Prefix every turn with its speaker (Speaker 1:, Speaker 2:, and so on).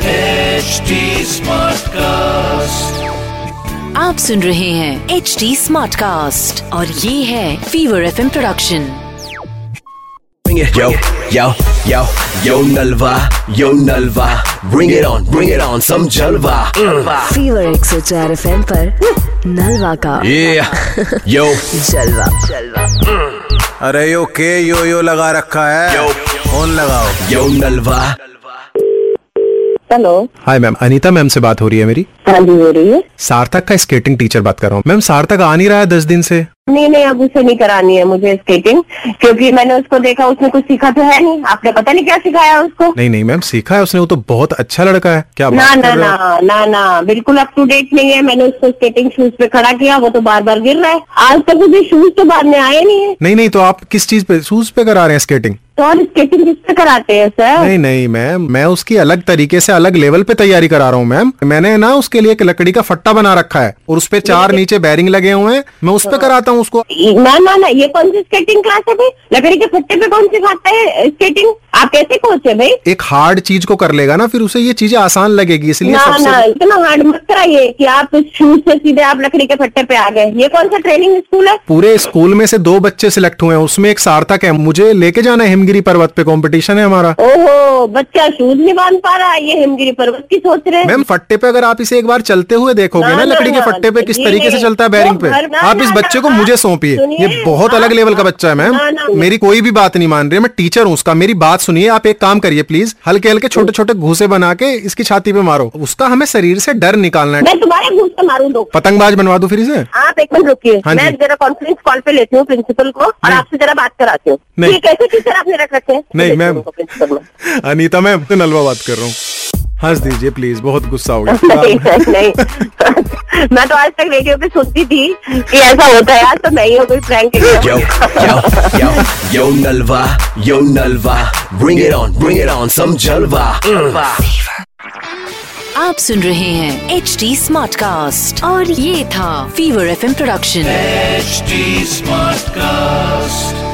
Speaker 1: HD Smartcast.
Speaker 2: आप सुन रहे हैं एच डी स्मार्ट कास्ट और ये है Fever F production
Speaker 3: Bring it. Yo, yo, yo, yo Nalva, yo Nalva. Bring it on, bring it on, some Jalva. Mm.
Speaker 2: Fever एक सौ चार एफ एम नलवा का
Speaker 3: Yeah, yo,
Speaker 2: जलवा
Speaker 4: अरे यो के यो यो लगा रखा है
Speaker 3: Yo.
Speaker 4: फोन लगाओ
Speaker 3: yo Nalva.
Speaker 5: Hello
Speaker 4: hi ma'am Anita ma'am से बात हो रही है मेरी
Speaker 5: हाँ जी हो रही है
Speaker 4: सार्थक का स्केटिंग टीचर बात कर रहा हूँ मैम सार्थक आ नहीं रहा है दस दिन से
Speaker 5: नहीं नहीं अब उसे नहीं करानी है मुझे स्केटिंग क्योंकि मैंने उसको देखा उसने कुछ सीखा तो है नहीं आपने पता नहीं क्या सिखाया उसको
Speaker 4: नहीं नहीं मैम सीखा है उसने वो तो बहुत अच्छा लड़का है क्या
Speaker 5: ना
Speaker 4: बात
Speaker 5: ना
Speaker 4: कर रहे हो
Speaker 5: ना ना ना बिल्कुल अप टू डेट नहीं है मैंने उसको स्केटिंग शूज पे खड़ा किया वो तो बार बार गिर रहा है आज तक मुझे शूज तो बाद में आए नहीं है
Speaker 4: नहीं नहीं तो आप किस चीज पे शूज पे करा रहे हैं स्केटिंग
Speaker 5: तो और स्केटिंग किस पे कराते हैं सर
Speaker 4: नहीं नहीं मैम मैं उसकी अलग तरीके से अलग लेवल पे तैयारी करा रहा हूँ मैम मैंने ना उसके लिए एक लकड़ी का फट्टा बना रखा है और उस पे चार नीचे बैरिंग लगे हुए हैं मैं उस
Speaker 5: हाँ।
Speaker 4: पे कराता हूँ उसको
Speaker 5: ना ना ना ये कौन सी स्केटिंग क्लास है भाई लकड़ी के फट्टे पे कौन सिखाता है स्केटिंग आप कैसे कोच है भाई
Speaker 4: एक हार्ड चीज को कर लेगा ना फिर उसे ये चीजें आसान लगेगी इसलिए
Speaker 5: ना
Speaker 4: सबसे
Speaker 5: ना इतना हार्ड मत कराइए कि आप शूज से सीधे आप लकड़ी के फट्टे पे आ गए ये कौन सा ट्रेनिंग स्कूल है
Speaker 4: पूरे स्कूल में से दो बच्चे सिलेक्ट हुए हैं उसमें एक सार्थक है मुझे लेके जाना है हिमगिरी पर्वत पे कंपटीशन है हमारा
Speaker 5: ओहो बच्चा शूज नहीं बांध पा रहा ये हिमगिरी पर्वत की सोच रहे हैं।
Speaker 4: मैम फट्टे पे अगर आप इसे एक बार चलते हुए देखोगे ना
Speaker 5: ना,
Speaker 4: लकड़ी के
Speaker 5: ना,
Speaker 4: फट्टे पे किस
Speaker 5: ये
Speaker 4: तरीके से चलता है
Speaker 5: वो
Speaker 4: बैरिंग पे
Speaker 5: भर- ना,
Speaker 4: आप
Speaker 5: ना,
Speaker 4: इस
Speaker 5: ना,
Speaker 4: बच्चे को
Speaker 5: आप
Speaker 4: मुझे सौंपिए
Speaker 5: सुनिए,
Speaker 4: ये बहुत अलग
Speaker 5: आप-
Speaker 4: लेवल का बच्चा है मैम
Speaker 5: ना, ना,
Speaker 4: मेरी कोई भी बात नहीं मान रही है मैं टीचर हूँ उसका मेरी बात सुनिए आप एक काम करिए प्लीज हल्के हल्के
Speaker 5: हम्म।
Speaker 4: छोटे छोटे घूसे बना के इसकी छाती पे मारो उसका हमें शरीर से डर निकालना है
Speaker 5: मैं तुम्हारे घूस से मारू दो
Speaker 4: पतंगबाज बनवा दो फिर इसे
Speaker 5: आप एक मिनट रुकिए
Speaker 4: हाँ
Speaker 5: मैं
Speaker 4: जी।
Speaker 5: जरा कॉन्फ्रेंस कॉल पे लेती हूँ प्रिंसिपल को और आपसे जरा बात कराती हूँ
Speaker 4: नहीं।
Speaker 5: ये कैसे टीचर आपने रख रखे हैं
Speaker 4: नहीं, मैम।
Speaker 5: प्रिंसिपल को,
Speaker 4: अनीता मैम तो नलवा बात कर रहा हूँ हंस दीजिए प्लीज बहुत गुस्सा हो
Speaker 5: principal को। नहीं
Speaker 4: गया
Speaker 5: सर, नहीं मैं तो आज तक रेडियो पे सुनती थी कि ऐसा होता है यार तो मैं ही हो गई prank
Speaker 3: Yo, yo, yo, yo Nalva, yo Nalva. Bring it on, bring it on, some Jalva. Mm.
Speaker 2: आप सुन रहे हैं एच डी स्मार्ट कास्ट और ये था Fever F production
Speaker 1: HD Smartcast.